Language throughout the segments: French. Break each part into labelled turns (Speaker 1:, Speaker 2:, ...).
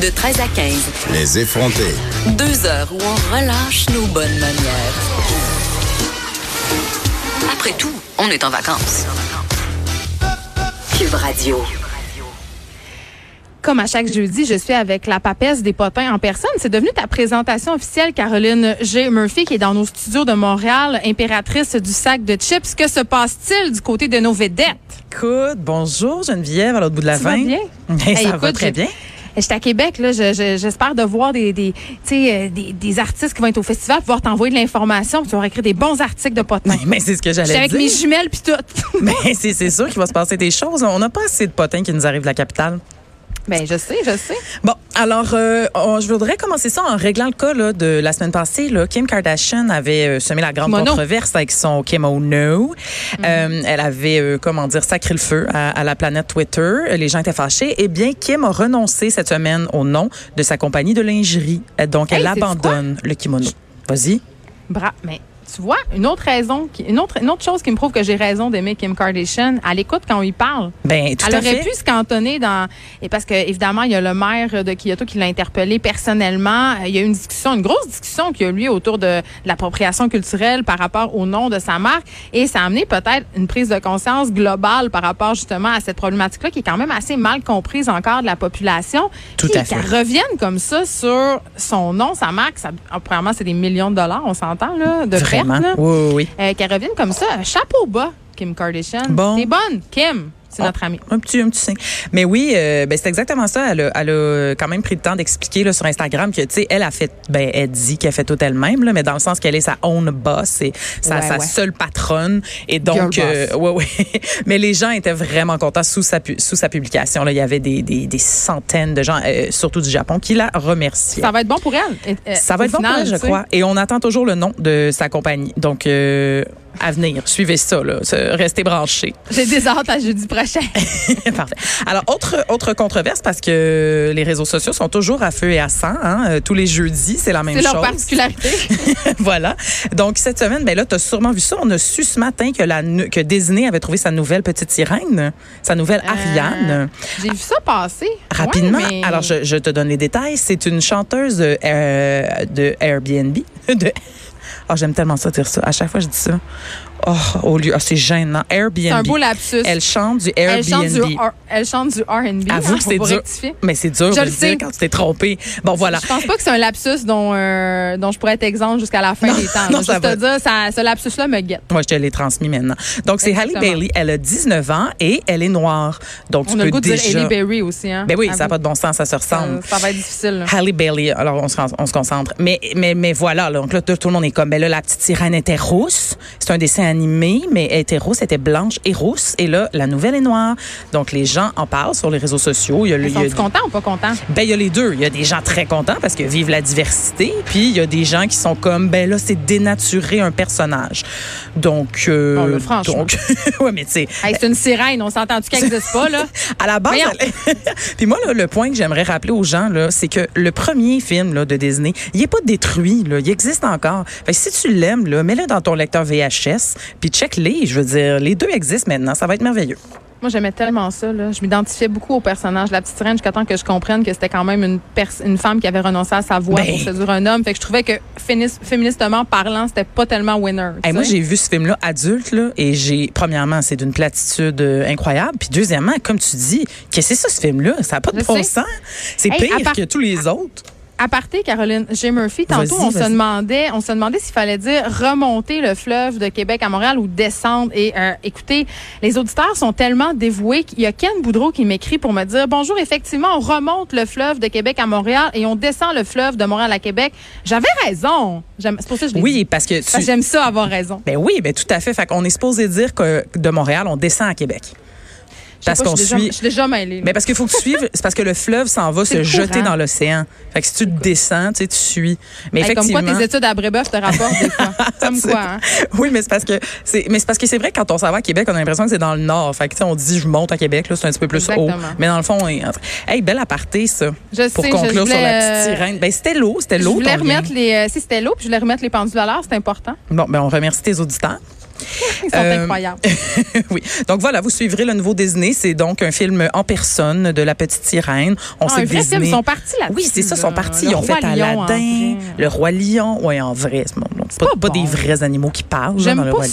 Speaker 1: De 13 à 15.
Speaker 2: Les effronter.
Speaker 1: Deux heures où on relâche nos bonnes manières. Après tout, on est en vacances. Cube Radio.
Speaker 3: Comme à chaque jeudi, je suis avec la papesse des potins en personne. C'est devenu ta présentation officielle, Caroline G. Murphy, qui est dans nos studios de Montréal, impératrice du sac de chips. Que se passe-t-il du côté de nos vedettes?
Speaker 4: Écoute, bonjour Geneviève, à l'autre bout de la
Speaker 3: Tu
Speaker 4: fin.
Speaker 3: vas bien?
Speaker 4: Ben, ça
Speaker 3: Hey,
Speaker 4: va
Speaker 3: écoute,
Speaker 4: très
Speaker 3: j'ai-
Speaker 4: bien.
Speaker 3: J'étais à Québec, là. Je- je- J'espère de voir des, des, tu sais, euh, des, des artistes qui vont être au festival, pouvoir t'envoyer de l'information, puis tu vas écrire des bons articles de potins.
Speaker 4: Mais c'est ce que Ben, j'allais
Speaker 3: J'étais
Speaker 4: dire.
Speaker 3: avec mes jumelles puis tout.
Speaker 4: Mais c'est c'est sûr qu'il va se passer des choses. On n'a pas assez de potins qui nous arrivent de la capitale.
Speaker 3: ben, je sais, je sais.
Speaker 4: Bon, alors, euh, on- je voudrais commencer ça en réglant le cas là, de la semaine passée. Là, Kim Kardashian avait euh, semé la grande
Speaker 3: Kimono.
Speaker 4: controverse avec son kimono.
Speaker 3: Mhm.
Speaker 4: Euh, elle avait, euh, comment dire, sacré le feu à, à la planète Twitter. Les gens étaient fâchés. Eh bien, Kim a renoncé cette semaine au nom de sa compagnie de lingerie. Euh, Donc,
Speaker 3: Hey,
Speaker 4: elle
Speaker 3: sais-tu quoi?
Speaker 4: abandonne le kimono. Vas-y.
Speaker 3: Bra, mais tu vois, une autre raison, qui- une autre, une autre chose qui me prouve que j'ai raison d'aimer Kim Kardashian, à l'écoute quand on y parle.
Speaker 4: Ben, tout
Speaker 3: Elle
Speaker 4: à
Speaker 3: aurait
Speaker 4: fait.
Speaker 3: pu se cantonner dans et parce que évidemment il y a le maire de Kyoto qui l'a interpellé personnellement. Euh, Il y a eu une discussion, une grosse discussion qui a eu lieu autour de, de l'appropriation culturelle par rapport au nom de sa marque et ça a amené peut-être une prise de conscience globale par rapport justement à cette problématique-là qui est quand même assez mal comprise encore de la population.
Speaker 4: Tout
Speaker 3: Puis
Speaker 4: à fait.
Speaker 3: Qu'elle revienne comme ça sur son nom, sa marque, ça, ah, premièrement c'est des millions de dollars, on s'entend là, de pertes,
Speaker 4: Vraiment.
Speaker 3: là.
Speaker 4: Oui, oui, oui.
Speaker 3: Euh, Qu'elle revienne comme ça, euh, chapeau bas, Kim Kardashian.
Speaker 4: Bon.
Speaker 3: T'es bonne, Kim. C'est
Speaker 4: Oh.
Speaker 3: notre amie.
Speaker 4: Un petit, un petit signe. Mais oui, euh, ben, c'est exactement ça. Elle a, elle a quand même pris le temps d'expliquer là, sur Instagram que, tu sais, elle a fait, ben, elle dit qu'elle fait tout elle-même, là, mais dans le sens qu'elle est sa own boss et sa,
Speaker 3: Ouais,
Speaker 4: sa
Speaker 3: ouais.
Speaker 4: seule patronne. Et donc, euh,
Speaker 3: Girl boss.
Speaker 4: ouais, ouais. Mais les gens étaient vraiment contents sous sa, pu- sous sa publication. Là, il y avait des, des, des centaines de gens, euh, surtout du Japon, qui la remerciaient.
Speaker 3: Ça va être bon pour elle. Euh,
Speaker 4: Ça
Speaker 3: au
Speaker 4: va être bon pour
Speaker 3: final,
Speaker 4: elle, je
Speaker 3: tu sais.
Speaker 4: crois. Et on attend toujours le nom de sa compagnie. Donc, euh, à venir, suivez ça, là. Restez branchés.
Speaker 3: J'ai des hâtes à jeudi prochain.
Speaker 4: Parfait. Alors, autre, autre controverse, parce que les réseaux sociaux sont toujours à feu et à sang. hein. Euh, Tous les jeudis, c'est la même
Speaker 3: C'est leur
Speaker 4: chose.
Speaker 3: particularité.
Speaker 4: voilà. Donc, cette semaine, ben là, tu as sûrement vu ça. On a su ce matin que, la, nu- que Disney avait trouvé sa nouvelle petite sirène, sa nouvelle
Speaker 3: Euh,
Speaker 4: Ariane.
Speaker 3: J'ai vu ça passer.
Speaker 4: Rapidement,
Speaker 3: Ouais, mais-
Speaker 4: alors je, je te donne les détails. C'est une chanteuse euh, euh, de Airbnb. De... Oh, j'aime tellement ça dire ça. À chaque fois, je dis ça. Oh, au lieu, ah, c'est gênant. Airbnb.
Speaker 3: C'est un beau lapsus.
Speaker 4: Elle chante du
Speaker 3: Elle
Speaker 4: Airbnb.
Speaker 3: chante du R- elle chante du R&B.
Speaker 4: Avoue
Speaker 3: hein,
Speaker 4: que c'est
Speaker 3: faut
Speaker 4: dur.
Speaker 3: rectifier.
Speaker 4: Mais c'est dur
Speaker 3: Je
Speaker 4: de
Speaker 3: le
Speaker 4: le
Speaker 3: sais.
Speaker 4: dire quand tu t'es trompé. Bon, voilà.
Speaker 3: Je pense pas que c'est un lapsus dont, euh, dont je pourrais être exempt jusqu'à la fin des temps.
Speaker 4: non,
Speaker 3: Juste
Speaker 4: ça
Speaker 3: te
Speaker 4: va.
Speaker 3: dire, ça- ce lapsus-là me guette.
Speaker 4: Moi, je te l'ai transmis maintenant. Donc, c'est Halle
Speaker 3: Exactement.
Speaker 4: Bailey. Elle a 19 ans et elle est noire. Donc, tu
Speaker 3: On a
Speaker 4: peux
Speaker 3: le goût
Speaker 4: déjà...
Speaker 3: de dire Hailey Berry aussi. Hein,
Speaker 4: Ben oui,
Speaker 3: Avoue. euh,
Speaker 4: ça n'a pas de bon sens, ça se ressemble.
Speaker 3: Ça- ça va être difficile. là.
Speaker 4: Halle Bailey, alors on se, on se concentre. Mais, mais, mais voilà, là, donc là, tout, tout le monde est comme, ben là, la petite sirène était rousse. C'est un dessin animé, mais elle était rousse, elle était blanche et rousse. Et là, la nouvelle est noire. Donc, les gens en parlent sur les réseaux sociaux. Il y a, le- il y a
Speaker 3: Sont-tu contents ou pas contents?
Speaker 4: Ben, il y a les deux. Il y a des gens très contents parce que vivent la diversité, puis il y a des gens qui sont comme, ben là, c'est dénaturer un personnage. Donc, euh,
Speaker 3: Bon, là, franchement.
Speaker 4: donc, ouais, mais tu sais,
Speaker 3: Hey, c'est une sirène, on s'entend-tu qu'elle n'existe pas, là?
Speaker 4: à la base,
Speaker 3: Voyons.
Speaker 4: elle- puis moi, là, le point que j'aimerais rappeler aux gens, là, c'est que le premier film là, de Disney, il est pas détruit, là, il existe encore. Fait que si tu l'aimes, là, mets-le dans ton lecteur VHS, puis check-les. Je veux dire, les deux existent maintenant, ça va être merveilleux.
Speaker 3: Moi, j'aimais tellement ça. Là. Je m'identifiais beaucoup au personnage de la petite reine jusqu'à temps que je comprenne que c'était quand même une, pers- une femme qui avait renoncé à sa voix
Speaker 4: Ben.
Speaker 3: pour séduire un homme. Fait que je trouvais que fémis- féministement parlant, c'était pas tellement winner. tu
Speaker 4: Hey, moi,
Speaker 3: sais.
Speaker 4: j'ai vu ce film-là adulte, là, et j'ai, premièrement, c'est d'une platitude euh, incroyable. Puis, deuxièmement, comme tu dis, qu'est-ce que c'est ça, ce film-là? Ça n'a pas de
Speaker 3: Je
Speaker 4: bon
Speaker 3: sais.
Speaker 4: sens. C'est
Speaker 3: Hey, à
Speaker 4: pire
Speaker 3: part-
Speaker 4: que tous les autres.
Speaker 3: À parté, Caroline J. Murphy, tantôt,
Speaker 4: Vas-y,
Speaker 3: on se
Speaker 4: vas-y.
Speaker 3: demandait, on se demandait s'il fallait dire remonter le fleuve de Québec à Montréal ou descendre. Et euh, écoutez, les auditeurs sont tellement dévoués qu'il y a Ken Boudreau qui m'écrit pour me dire bonjour. Effectivement, on remonte le fleuve de Québec à Montréal et on descend le fleuve de Montréal à Québec. J'avais raison. J'aime- C'est pour ça que je l'ai dit.
Speaker 4: Oui, parce que tu.
Speaker 3: Parce que J'aime ça avoir raison.
Speaker 4: Ben oui, ben tout à fait. Fait qu'on est supposé dire que de Montréal, on descend à Québec.
Speaker 3: Je sais
Speaker 4: Parce
Speaker 3: pas,
Speaker 4: qu'on
Speaker 3: je suis déjà-
Speaker 4: suit.
Speaker 3: Je suis déjà mêlée. là.
Speaker 4: Mais parce qu'il faut que tu suives, c'est parce que le fleuve s'en va
Speaker 3: C'est
Speaker 4: se
Speaker 3: le
Speaker 4: jeter
Speaker 3: courant.
Speaker 4: dans l'océan. Fait que si tu descends, tu sais, tu suis. Mais
Speaker 3: Hey, comme
Speaker 4: effectivement.
Speaker 3: quoi tes études à Brébeuf te rapportent des fois. Comme quoi, hein?
Speaker 4: Oui, mais c'est parce que c'est mais c'est parce que c'est vrai que quand on s'en va à Québec, on a l'impression que c'est dans le nord. Fait que tu sais, on dit je monte à Québec là, c'est un petit peu plus haut.
Speaker 3: Exactement.
Speaker 4: Mais dans le fond, on est entre- hey, belle aparté ça.
Speaker 3: Je
Speaker 4: pour
Speaker 3: sais, je
Speaker 4: conclure sur la
Speaker 3: voulais,
Speaker 4: petite
Speaker 3: euh,
Speaker 4: sirène. Ben c'était l'eau, c'était
Speaker 3: Je
Speaker 4: l'eau.
Speaker 3: voulais
Speaker 4: ton lien.
Speaker 3: remettre les. euh, si c'était l'eau, puis je voulais remettre les pendules à l'heure, c'est important.
Speaker 4: Bon, ben on remercie tes auditeurs.
Speaker 3: Ils sont
Speaker 4: Euh,
Speaker 3: incroyables. Ah,
Speaker 4: oui. Donc voilà, vous suivrez le nouveau Disney. C'est donc un film en personne de la petite sirène. On
Speaker 3: Ah,
Speaker 4: sait
Speaker 3: un
Speaker 4: que
Speaker 3: vrai film,
Speaker 4: Disney-
Speaker 3: ils sont partis là-dessus,
Speaker 4: Oui, c'est ça, ils
Speaker 3: là.
Speaker 4: sont partis.
Speaker 3: Euh, Le
Speaker 4: Ils ont
Speaker 3: Roi
Speaker 4: fait
Speaker 3: Lion, en
Speaker 4: Aladdin,
Speaker 3: vrai.
Speaker 4: le roi lion. Oui, en vrai, c'est bon, donc, pas,
Speaker 3: pas
Speaker 4: pas
Speaker 3: bon.
Speaker 4: des vrais animaux qui parlent là,
Speaker 3: J'aime
Speaker 4: dans le
Speaker 3: pas
Speaker 4: roi lion.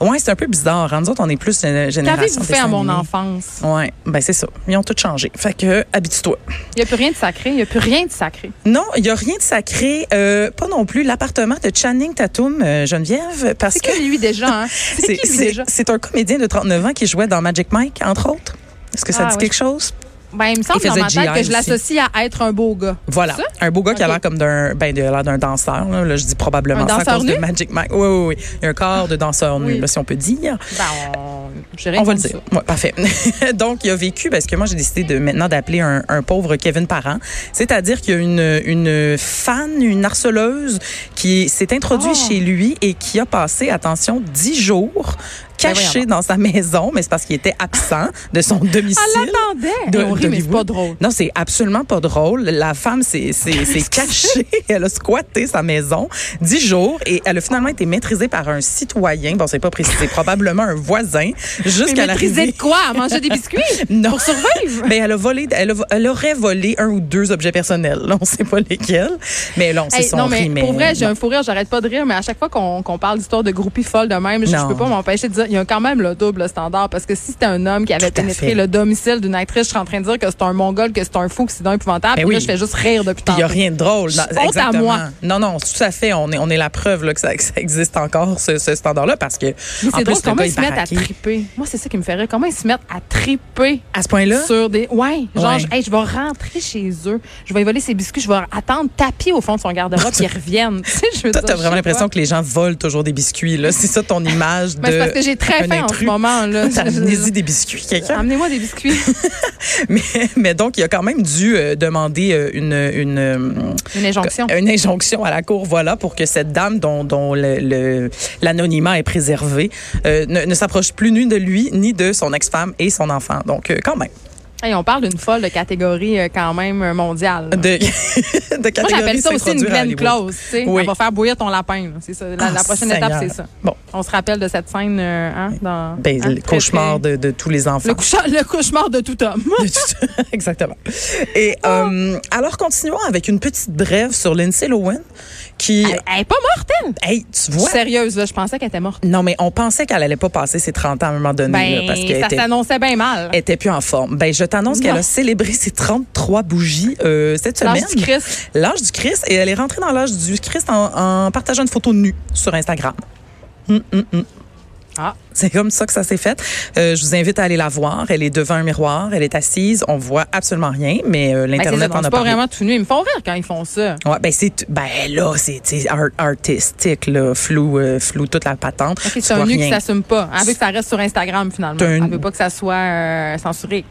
Speaker 3: ça.
Speaker 4: Ouais, c'est un peu bizarre. hein. Nous autres, on est plus une génération.
Speaker 3: Qu'avez-vous fait
Speaker 4: dessin
Speaker 3: à mon
Speaker 4: animé.
Speaker 3: enfance?
Speaker 4: Ouais, ben c'est ça. Ils ont tout changé. Fait que habitue-toi.
Speaker 3: Il n'y a plus rien de sacré. Il n'y a plus rien de sacré.
Speaker 4: Non, il y a rien de sacré, euh, pas non plus l'appartement de Channing Tatum, euh, Geneviève, parce
Speaker 3: C'est
Speaker 4: que
Speaker 3: qui lui déjà? Hein? C'est qui lui
Speaker 4: c'est-
Speaker 3: déjà?
Speaker 4: c'est un comédien de 39 ans qui jouait dans Magic Mike, entre autres. Est-ce que ça
Speaker 3: Ah,
Speaker 4: dit
Speaker 3: oui.
Speaker 4: quelque chose?
Speaker 3: Ben, il me semble
Speaker 4: Il
Speaker 3: dans
Speaker 4: faisait
Speaker 3: ma tête
Speaker 4: GI
Speaker 3: que je l'associe à être un beau gars.
Speaker 4: Voilà,
Speaker 3: C'est ça?
Speaker 4: un beau gars qui a
Speaker 3: Ok.
Speaker 4: l'air comme d'un ben de l'air d'un danseur là, Là, je dis probablement
Speaker 3: Un
Speaker 4: ça à
Speaker 3: danseur
Speaker 4: cause de
Speaker 3: nu?
Speaker 4: Magic Mike. Oui oui oui, il y a un corps de danseur nu
Speaker 3: Oui.
Speaker 4: là, si on peut dire.
Speaker 3: Ben, on... j'ai rien
Speaker 4: On va le
Speaker 3: contre
Speaker 4: dire. Ouais, parfait. Donc, il a vécu, parce que moi, j'ai décidé de maintenant d'appeler un, un pauvre Kevin Parent. C'est-à-dire qu'il y a une, une fan, une harceleuse qui s'est introduite
Speaker 3: Oh.
Speaker 4: chez lui et qui a passé, attention, dix jours
Speaker 3: Ben
Speaker 4: caché
Speaker 3: voyons
Speaker 4: dans sa maison, mais c'est parce qu'il était absent de son
Speaker 3: ça.
Speaker 4: domicile.
Speaker 3: Elle Ah, l'attendait.
Speaker 4: de-
Speaker 3: Et on rit, mais c'est pas
Speaker 4: d'Hollywood.
Speaker 3: drôle.
Speaker 4: Non, c'est absolument pas drôle. La femme s'est s'est- s'est cachée. Elle a squatté sa maison dix jours et elle a finalement été maîtrisée par un citoyen. Bon, c'est pas précisé, probablement un voisin, jusqu'à
Speaker 3: Mais maîtrisait
Speaker 4: l'arrivée.
Speaker 3: de quoi? À manger des biscuits?
Speaker 4: Non.
Speaker 3: Pour survivre?
Speaker 4: Mais elle a volé, elle, a- elle aurait volé un ou deux objets personnels. Là, on sait pas lesquels. Mais là, on sait
Speaker 3: Hey,
Speaker 4: son
Speaker 3: non, mais
Speaker 4: riz, mais
Speaker 3: pour vrai, j'ai
Speaker 4: non.
Speaker 3: un fou rire, j'arrête pas de rire, mais à chaque fois qu'on qu'on parle d'histoire de groupies folles de même, je, je
Speaker 4: Non.
Speaker 3: peux pas m'empêcher de dire, il y a quand même le double standard, parce que si c'était un homme qui avait
Speaker 4: Tout à
Speaker 3: pénétré
Speaker 4: fait.
Speaker 3: le domicile d'une actrice, je serais en train de dire que c'est un mongol, que c'est un fou, que c'est un épouvantable,
Speaker 4: Ben
Speaker 3: puis là,
Speaker 4: oui.
Speaker 3: je fais juste rire depuis
Speaker 4: Puis il n'y a
Speaker 3: tantôt.
Speaker 4: rien de drôle. Non,
Speaker 3: Honte à
Speaker 4: exactement.
Speaker 3: moi.
Speaker 4: Non, non, tout à fait. On est, on est la preuve là, que, ça, que ça existe encore, ce, ce standard-là, parce que.
Speaker 3: Mais
Speaker 4: en
Speaker 3: c'est
Speaker 4: plus,
Speaker 3: drôle,
Speaker 4: le
Speaker 3: comment
Speaker 4: gars,
Speaker 3: ils
Speaker 4: est
Speaker 3: se mettent à
Speaker 4: baraqué.
Speaker 3: triper? Moi, c'est ça qui me fait rire. Comment ils se mettent à triper?
Speaker 4: À ce point-là?
Speaker 3: Sur des. Ouais. Genre,
Speaker 4: Ouais.
Speaker 3: je- hey, je vais rentrer chez eux. Je vais y voler ses biscuits. Je vais attendre tapis au fond de son garde-robe qu'ils reviennent. Tu sais, je veux
Speaker 4: Toi,
Speaker 3: dire,
Speaker 4: t'as
Speaker 3: je
Speaker 4: vraiment
Speaker 3: sais pas.
Speaker 4: l'impression que les gens volent toujours des biscuits, là. C'est ça ton image de.
Speaker 3: Ben, c'est parce que j'ai très
Speaker 4: un
Speaker 3: faim en ce
Speaker 4: intrus.
Speaker 3: moment, là.
Speaker 4: T'as amnésie des biscuits, quelqu'un.
Speaker 3: Amenez-moi des biscuits.
Speaker 4: Mais, mais donc, il a quand même dû euh, demander euh, une, une, euh,
Speaker 3: Une injonction.
Speaker 4: Une injonction à la cour, voilà, pour que cette dame dont, dont le- le- l'anonymat est préservé euh, ne, ne s'approche plus ni de lui, ni de son ex-femme et son enfant. Donc, euh, quand même,
Speaker 3: Hey, on parle d'une folle de catégorie euh, quand même euh, mondiale. là.
Speaker 4: de, de catégorie
Speaker 3: Moi, j'appelle ça aussi une
Speaker 4: s'introduire à
Speaker 3: pleine
Speaker 4: Hollywood.
Speaker 3: clause. tu sais.
Speaker 4: Oui.
Speaker 3: On va faire bouillir ton lapin. là. C'est ça. La,
Speaker 4: Ah,
Speaker 3: la prochaine
Speaker 4: Seigneur.
Speaker 3: étape, c'est ça.
Speaker 4: Bon,
Speaker 3: On se rappelle de cette scène euh, hein, dans.
Speaker 4: ben,
Speaker 3: hein,
Speaker 4: le
Speaker 3: très,
Speaker 4: cauchemar
Speaker 3: très-
Speaker 4: de, de tous les enfants.
Speaker 3: Le, coucha- le cauchemar de tout homme.
Speaker 4: De tout- Exactement. Et euh, alors, continuons avec une petite brève sur Lindsay Lohan, qui,
Speaker 3: Elle, elle est pas morte, elle.
Speaker 4: hey,
Speaker 3: Je
Speaker 4: tu vois,
Speaker 3: suis Sérieuse, là, je pensais qu'elle était morte.
Speaker 4: non, mais on pensait qu'elle allait pas passer ses 30 ans à un moment donné,
Speaker 3: Ben,
Speaker 4: là, parce qu'elle
Speaker 3: ça
Speaker 4: était
Speaker 3: s'annonçait bien mal.
Speaker 4: était plus en forme. Ben, je t'annonce qu'elle
Speaker 3: Non.
Speaker 4: a célébré ses 33 bougies euh, cette
Speaker 3: L'âge
Speaker 4: semaine.
Speaker 3: du Christ.
Speaker 4: L'âge du Christ. Et elle est rentrée dans l'âge du Christ en, en partageant une photo nue sur Instagram. Hum, hum, hum.
Speaker 3: Ah.
Speaker 4: C'est comme ça que ça s'est fait. Euh, je vous invite à aller la voir. Elle est devant un miroir, elle est assise, on voit absolument rien, mais euh,
Speaker 3: Ben, c'est ça,
Speaker 4: l'internet
Speaker 3: donc,
Speaker 4: en
Speaker 3: c'est
Speaker 4: a
Speaker 3: pas
Speaker 4: parlé.
Speaker 3: vraiment tout nu. Ils me font rire quand ils font ça.
Speaker 4: Ouais, ben c'est ben là c'est c'est art- artistique là, flou euh, flou toute la patente.
Speaker 3: Ok,
Speaker 4: Tu
Speaker 3: c'est un
Speaker 4: vois
Speaker 3: nu qui
Speaker 4: rien.
Speaker 3: s'assume pas. Elle veut que ça reste sur Instagram, finalement.
Speaker 4: C'est un-
Speaker 3: Elle veut pas que ça soit euh, censuré.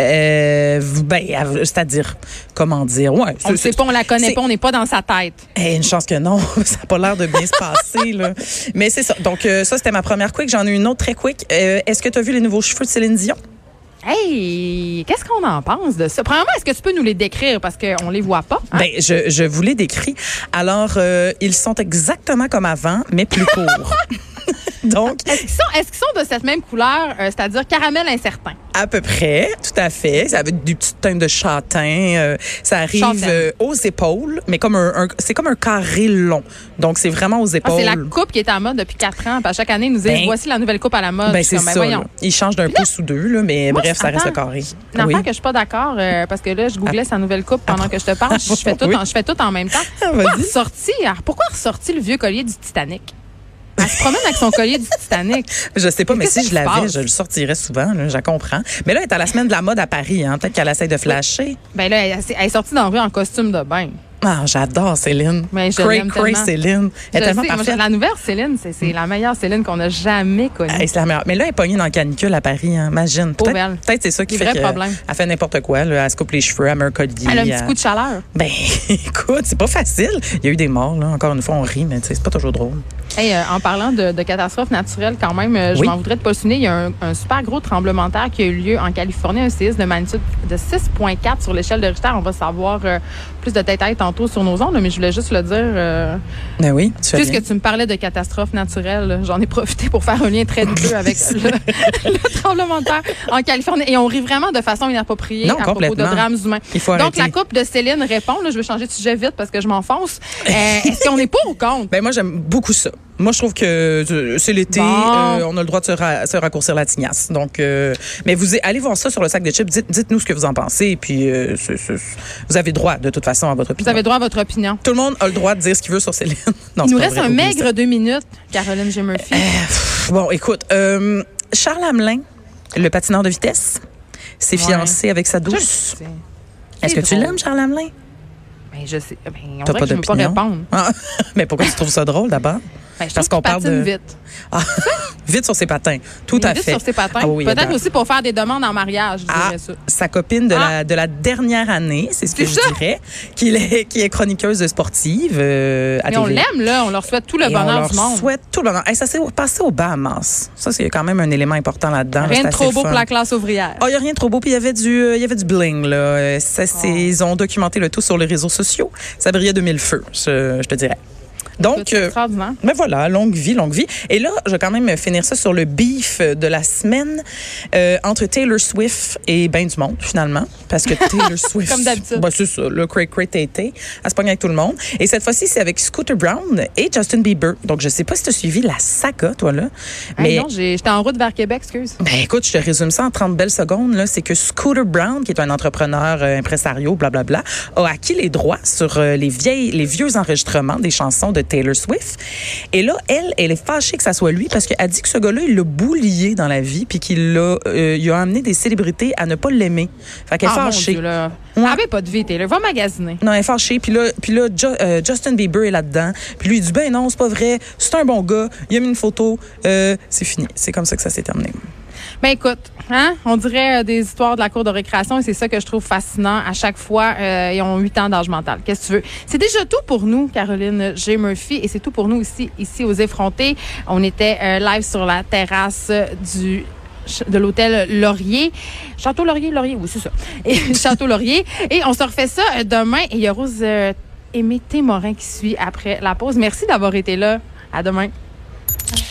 Speaker 4: Euh, ben c'est-à-dire comment dire ouais,
Speaker 3: On le
Speaker 4: c'est-
Speaker 3: sait pas, on la connaît
Speaker 4: c'est-
Speaker 3: pas, on n'est pas dans sa tête.
Speaker 4: Eh, une chance que non, ça n'a pas l'air de bien se passer. Là. Mais c'est ça. Donc, euh, ça, c'était ma première quick. J'en ai une autre très quick. Euh, Est-ce que tu as vu les nouveaux cheveux de Céline Dion?
Speaker 3: Hey, qu'est-ce qu'on en pense de ça? Premièrement, est-ce que tu peux nous les décrire parce qu'on les voit pas? hein?
Speaker 4: Ben, je, je vous les décris. Alors, euh, ils sont exactement comme avant, mais plus courts. Donc,
Speaker 3: Est-ce qu'ils sont, est-ce qu'ils sont de cette même couleur, euh, c'est-à-dire caramel incertain?
Speaker 4: à peu près, tout à fait. Ça avec des petites teintes de châtain. euh, ça arrive
Speaker 3: Châtain.
Speaker 4: euh, aux épaules, mais comme un, un- c'est comme un carré long. Donc, c'est vraiment aux
Speaker 3: Ah,
Speaker 4: épaules.
Speaker 3: c'est la coupe qui est à mode depuis quatre ans. Puis à chaque année, ils nous disent
Speaker 4: Ben,
Speaker 3: voici la nouvelle coupe à la mode.
Speaker 4: ben,
Speaker 3: Je suis
Speaker 4: c'est
Speaker 3: comme,
Speaker 4: ça.
Speaker 3: voyons.
Speaker 4: là. Ils changent d'un pouce ou deux, là, mais
Speaker 3: Moi,
Speaker 4: bref, ça reste le
Speaker 3: attends.
Speaker 4: carré.
Speaker 3: Une
Speaker 4: Oui.
Speaker 3: affaire que je suis pas d'accord euh, parce que là je googlais sa nouvelle coupe pendant que je te parle, je fais tout
Speaker 4: Ah, Oui.
Speaker 3: en, je fais tout en même temps.
Speaker 4: Ah,
Speaker 3: Pourquoi
Speaker 4: vas-y.
Speaker 3: ressorti pourquoi ressorti le vieux collier du Titanic Elle se promène avec son collier du Titanic.
Speaker 4: Je sais pas, mais
Speaker 3: Qu'est-ce
Speaker 4: si
Speaker 3: qui
Speaker 4: je
Speaker 3: se
Speaker 4: l'avais,
Speaker 3: passe?
Speaker 4: je le sortirais souvent, là, je la comprends. Mais là, elle est à la semaine de la mode à Paris, hein. Peut-être qu'elle essaie de flasher.
Speaker 3: Ben là elle, elle est sortie dans la rue en costume de bain.
Speaker 4: Ah, j'adore Céline.
Speaker 3: Mais je
Speaker 4: cray,
Speaker 3: l'aime
Speaker 4: cray
Speaker 3: tellement.
Speaker 4: Céline. Elle est
Speaker 3: Je
Speaker 4: tellement
Speaker 3: sais, moi,
Speaker 4: parfaite.
Speaker 3: la nouvelle Céline, c'est c'est la meilleure Céline qu'on a jamais connue.
Speaker 4: Ah, c'est la meilleure. Mais là, elle est pognée dans le canicule à Paris, hein. imagine.
Speaker 3: Pauvre elle.
Speaker 4: Peut-être peut c'est ça qui
Speaker 3: Des
Speaker 4: fait
Speaker 3: vrais
Speaker 4: que-
Speaker 3: problèmes.
Speaker 4: Elle fait n'importe quoi. là. Elle se coupe les cheveux, elle met un collier.
Speaker 3: Elle a un
Speaker 4: elle-
Speaker 3: petit coup de chaleur.
Speaker 4: Ben, écoute, c'est pas facile. Il y a eu des morts, là. Encore une fois, on rit, mais tu sais, c'est pas toujours drôle.
Speaker 3: Hey, euh, en parlant de, de catastrophes naturelles, quand même, euh, je
Speaker 4: Oui.
Speaker 3: m'en voudrais de pas le souligner. Il y a un, un super gros tremblement de terre qui a eu lieu en Californie, un séisme de magnitude de 6,4 sur l'échelle de Richter. On va savoir euh, plus de détails tantôt sur nos ondes, mais je voulais juste le dire. euh,
Speaker 4: Ben oui, tu fais bien.
Speaker 3: Puisque tu me parlais de catastrophes naturelles, j'en ai profité pour faire un lien très douteux avec le, le tremblement de terre en Californie. Et on rit vraiment de façon inappropriée
Speaker 4: Non,
Speaker 3: à propos de
Speaker 4: complètement.
Speaker 3: drames humains.
Speaker 4: Il faut
Speaker 3: Donc,
Speaker 4: arrêter.
Speaker 3: la coupe de Céline répond. Là, je veux changer de sujet vite parce que je m'enfonce. Euh, Est-ce qu'on est pour ou contre?
Speaker 4: Ben moi j'aime beaucoup ça. Moi je trouve que euh, c'est l'été,
Speaker 3: Bon.
Speaker 4: euh, on a le droit de se, ra- se raccourcir la tignasse. Donc euh, mais vous allez voir ça sur le sac de chips, dites, dites-nous ce que vous en pensez et puis euh, c'est- c'est- vous avez droit de toute façon à votre opinion.
Speaker 3: Vous avez droit à votre opinion.
Speaker 4: Tout le monde a le droit de dire ce qu'il veut sur Céline. Non,
Speaker 3: Il
Speaker 4: c'est
Speaker 3: nous
Speaker 4: pas
Speaker 3: reste
Speaker 4: vrai,
Speaker 3: un
Speaker 4: oublie ça. Euh,
Speaker 3: maigre deux minutes, Caroline G. Murphy.
Speaker 4: Bon, écoute, euh, Charles Hamelin, le patineur de vitesse, s'est
Speaker 3: Ouais.
Speaker 4: fiancé avec sa
Speaker 3: Je le
Speaker 4: douce.
Speaker 3: sais.
Speaker 4: Est-ce que tu
Speaker 3: drôle.
Speaker 4: l'aimes, Charles Hamelin?
Speaker 3: Ben, je sais. Ben, on
Speaker 4: T'as
Speaker 3: dirait
Speaker 4: pas
Speaker 3: que je ne veux pas
Speaker 4: d'opinion?
Speaker 3: répondre.
Speaker 4: Ah, mais pourquoi tu trouves ça drôle d'abord?
Speaker 3: Ben, je
Speaker 4: Parce
Speaker 3: trouve
Speaker 4: qu'on
Speaker 3: qu'il
Speaker 4: parle
Speaker 3: patine
Speaker 4: de-
Speaker 3: vite.
Speaker 4: Vite sur ses patins. Tout
Speaker 3: Il est
Speaker 4: à
Speaker 3: vite
Speaker 4: fait.
Speaker 3: sur ses patins.
Speaker 4: Ah oui,
Speaker 3: Peut-être
Speaker 4: adore.
Speaker 3: aussi pour faire des demandes en mariage, je
Speaker 4: Ah,
Speaker 3: dirais ça.
Speaker 4: sa copine de,
Speaker 3: Ah.
Speaker 4: la, de la dernière année, c'est ce que
Speaker 3: C'est
Speaker 4: je
Speaker 3: ça.
Speaker 4: dirais, qui est, qui est chroniqueuse sportive euh, à
Speaker 3: Mais on
Speaker 4: TV.
Speaker 3: l'aime, là. On leur souhaite tout le
Speaker 4: Et on
Speaker 3: bonheur
Speaker 4: leur
Speaker 3: du monde.
Speaker 4: souhaite tout le bonheur. Hey, ça s'est passé au Bahamas. Ça, c'est quand même un élément important là-dedans. là,
Speaker 3: Rien de
Speaker 4: Ah, c'est
Speaker 3: trop
Speaker 4: assez
Speaker 3: beau
Speaker 4: fun.
Speaker 3: pour la classe ouvrière.
Speaker 4: Oh, il n'y a rien de trop beau. Puis il y avait du, euh, il y avait du bling, là. Euh, Ça,
Speaker 3: Oh.
Speaker 4: c'est- Ils ont documenté le tout sur les réseaux sociaux. Ça brillait de mille feux, ce- je te dirais. Donc,
Speaker 3: C'est
Speaker 4: euh,
Speaker 3: extraordinaire.
Speaker 4: ben voilà, longue vie, longue vie. Et là, je vais quand même finir ça sur le beef de la semaine euh, entre Taylor Swift et ben du monde, finalement. Parce que Taylor Swift...
Speaker 3: Comme d'habitude.
Speaker 4: Ben, c'est ça, le cray-cray tété. Elle se pogne avec tout le monde. Et cette fois-ci, c'est avec Scooter Brown et Justin Bieber. Donc, je sais pas si tu as suivi la saga, toi, là.
Speaker 3: Hey, non, j'ai- j'étais en route vers Québec, excuse.
Speaker 4: Ben écoute, je te résume ça en 30 belles secondes. Là, c'est que Scooter Brown, qui est un entrepreneur, euh, impresario, blablabla, a acquis les droits sur euh, les vieilles, les vieux enregistrements des chansons de Taylor Swift. Et là, elle, elle est fâchée que ça soit lui parce qu'elle dit que ce gars-là, il l'a boulié dans la vie, puis qu'il l'a, euh, il a amené des célébrités à ne pas l'aimer. Fait qu'elle est
Speaker 3: Ah, mon
Speaker 4: fâchée.
Speaker 3: Dieu, là.
Speaker 4: Ouais.
Speaker 3: Ah, ben, pas de vie, Taylor. Va magasiner.
Speaker 4: Non, elle est fâchée. Puis là, puis là Jo- euh, Justin Bieber est là-dedans. Puis lui, il dit, ben non, c'est pas vrai. C'est un bon gars. Il a mis une photo. Euh, c'est fini. C'est comme ça que ça s'est terminé.
Speaker 3: Ben écoute, hein, on dirait euh, des histoires de la cour de récréation et c'est ça que je trouve fascinant à chaque fois. euh, ils ont huit ans d'âge mental. Qu'est-ce que tu veux? C'est déjà tout pour nous, Caroline G. Murphy, et c'est tout pour nous ici, ici aux effrontés. On était euh, live sur la terrasse du ch- de l'hôtel Laurier. Château Laurier, Laurier, oui, c'est ça. Et, Château Laurier. Et on se refait ça euh, demain. Et il y a Rose euh, Aimée Témorin qui suit après la pause. Merci d'avoir été là. À demain.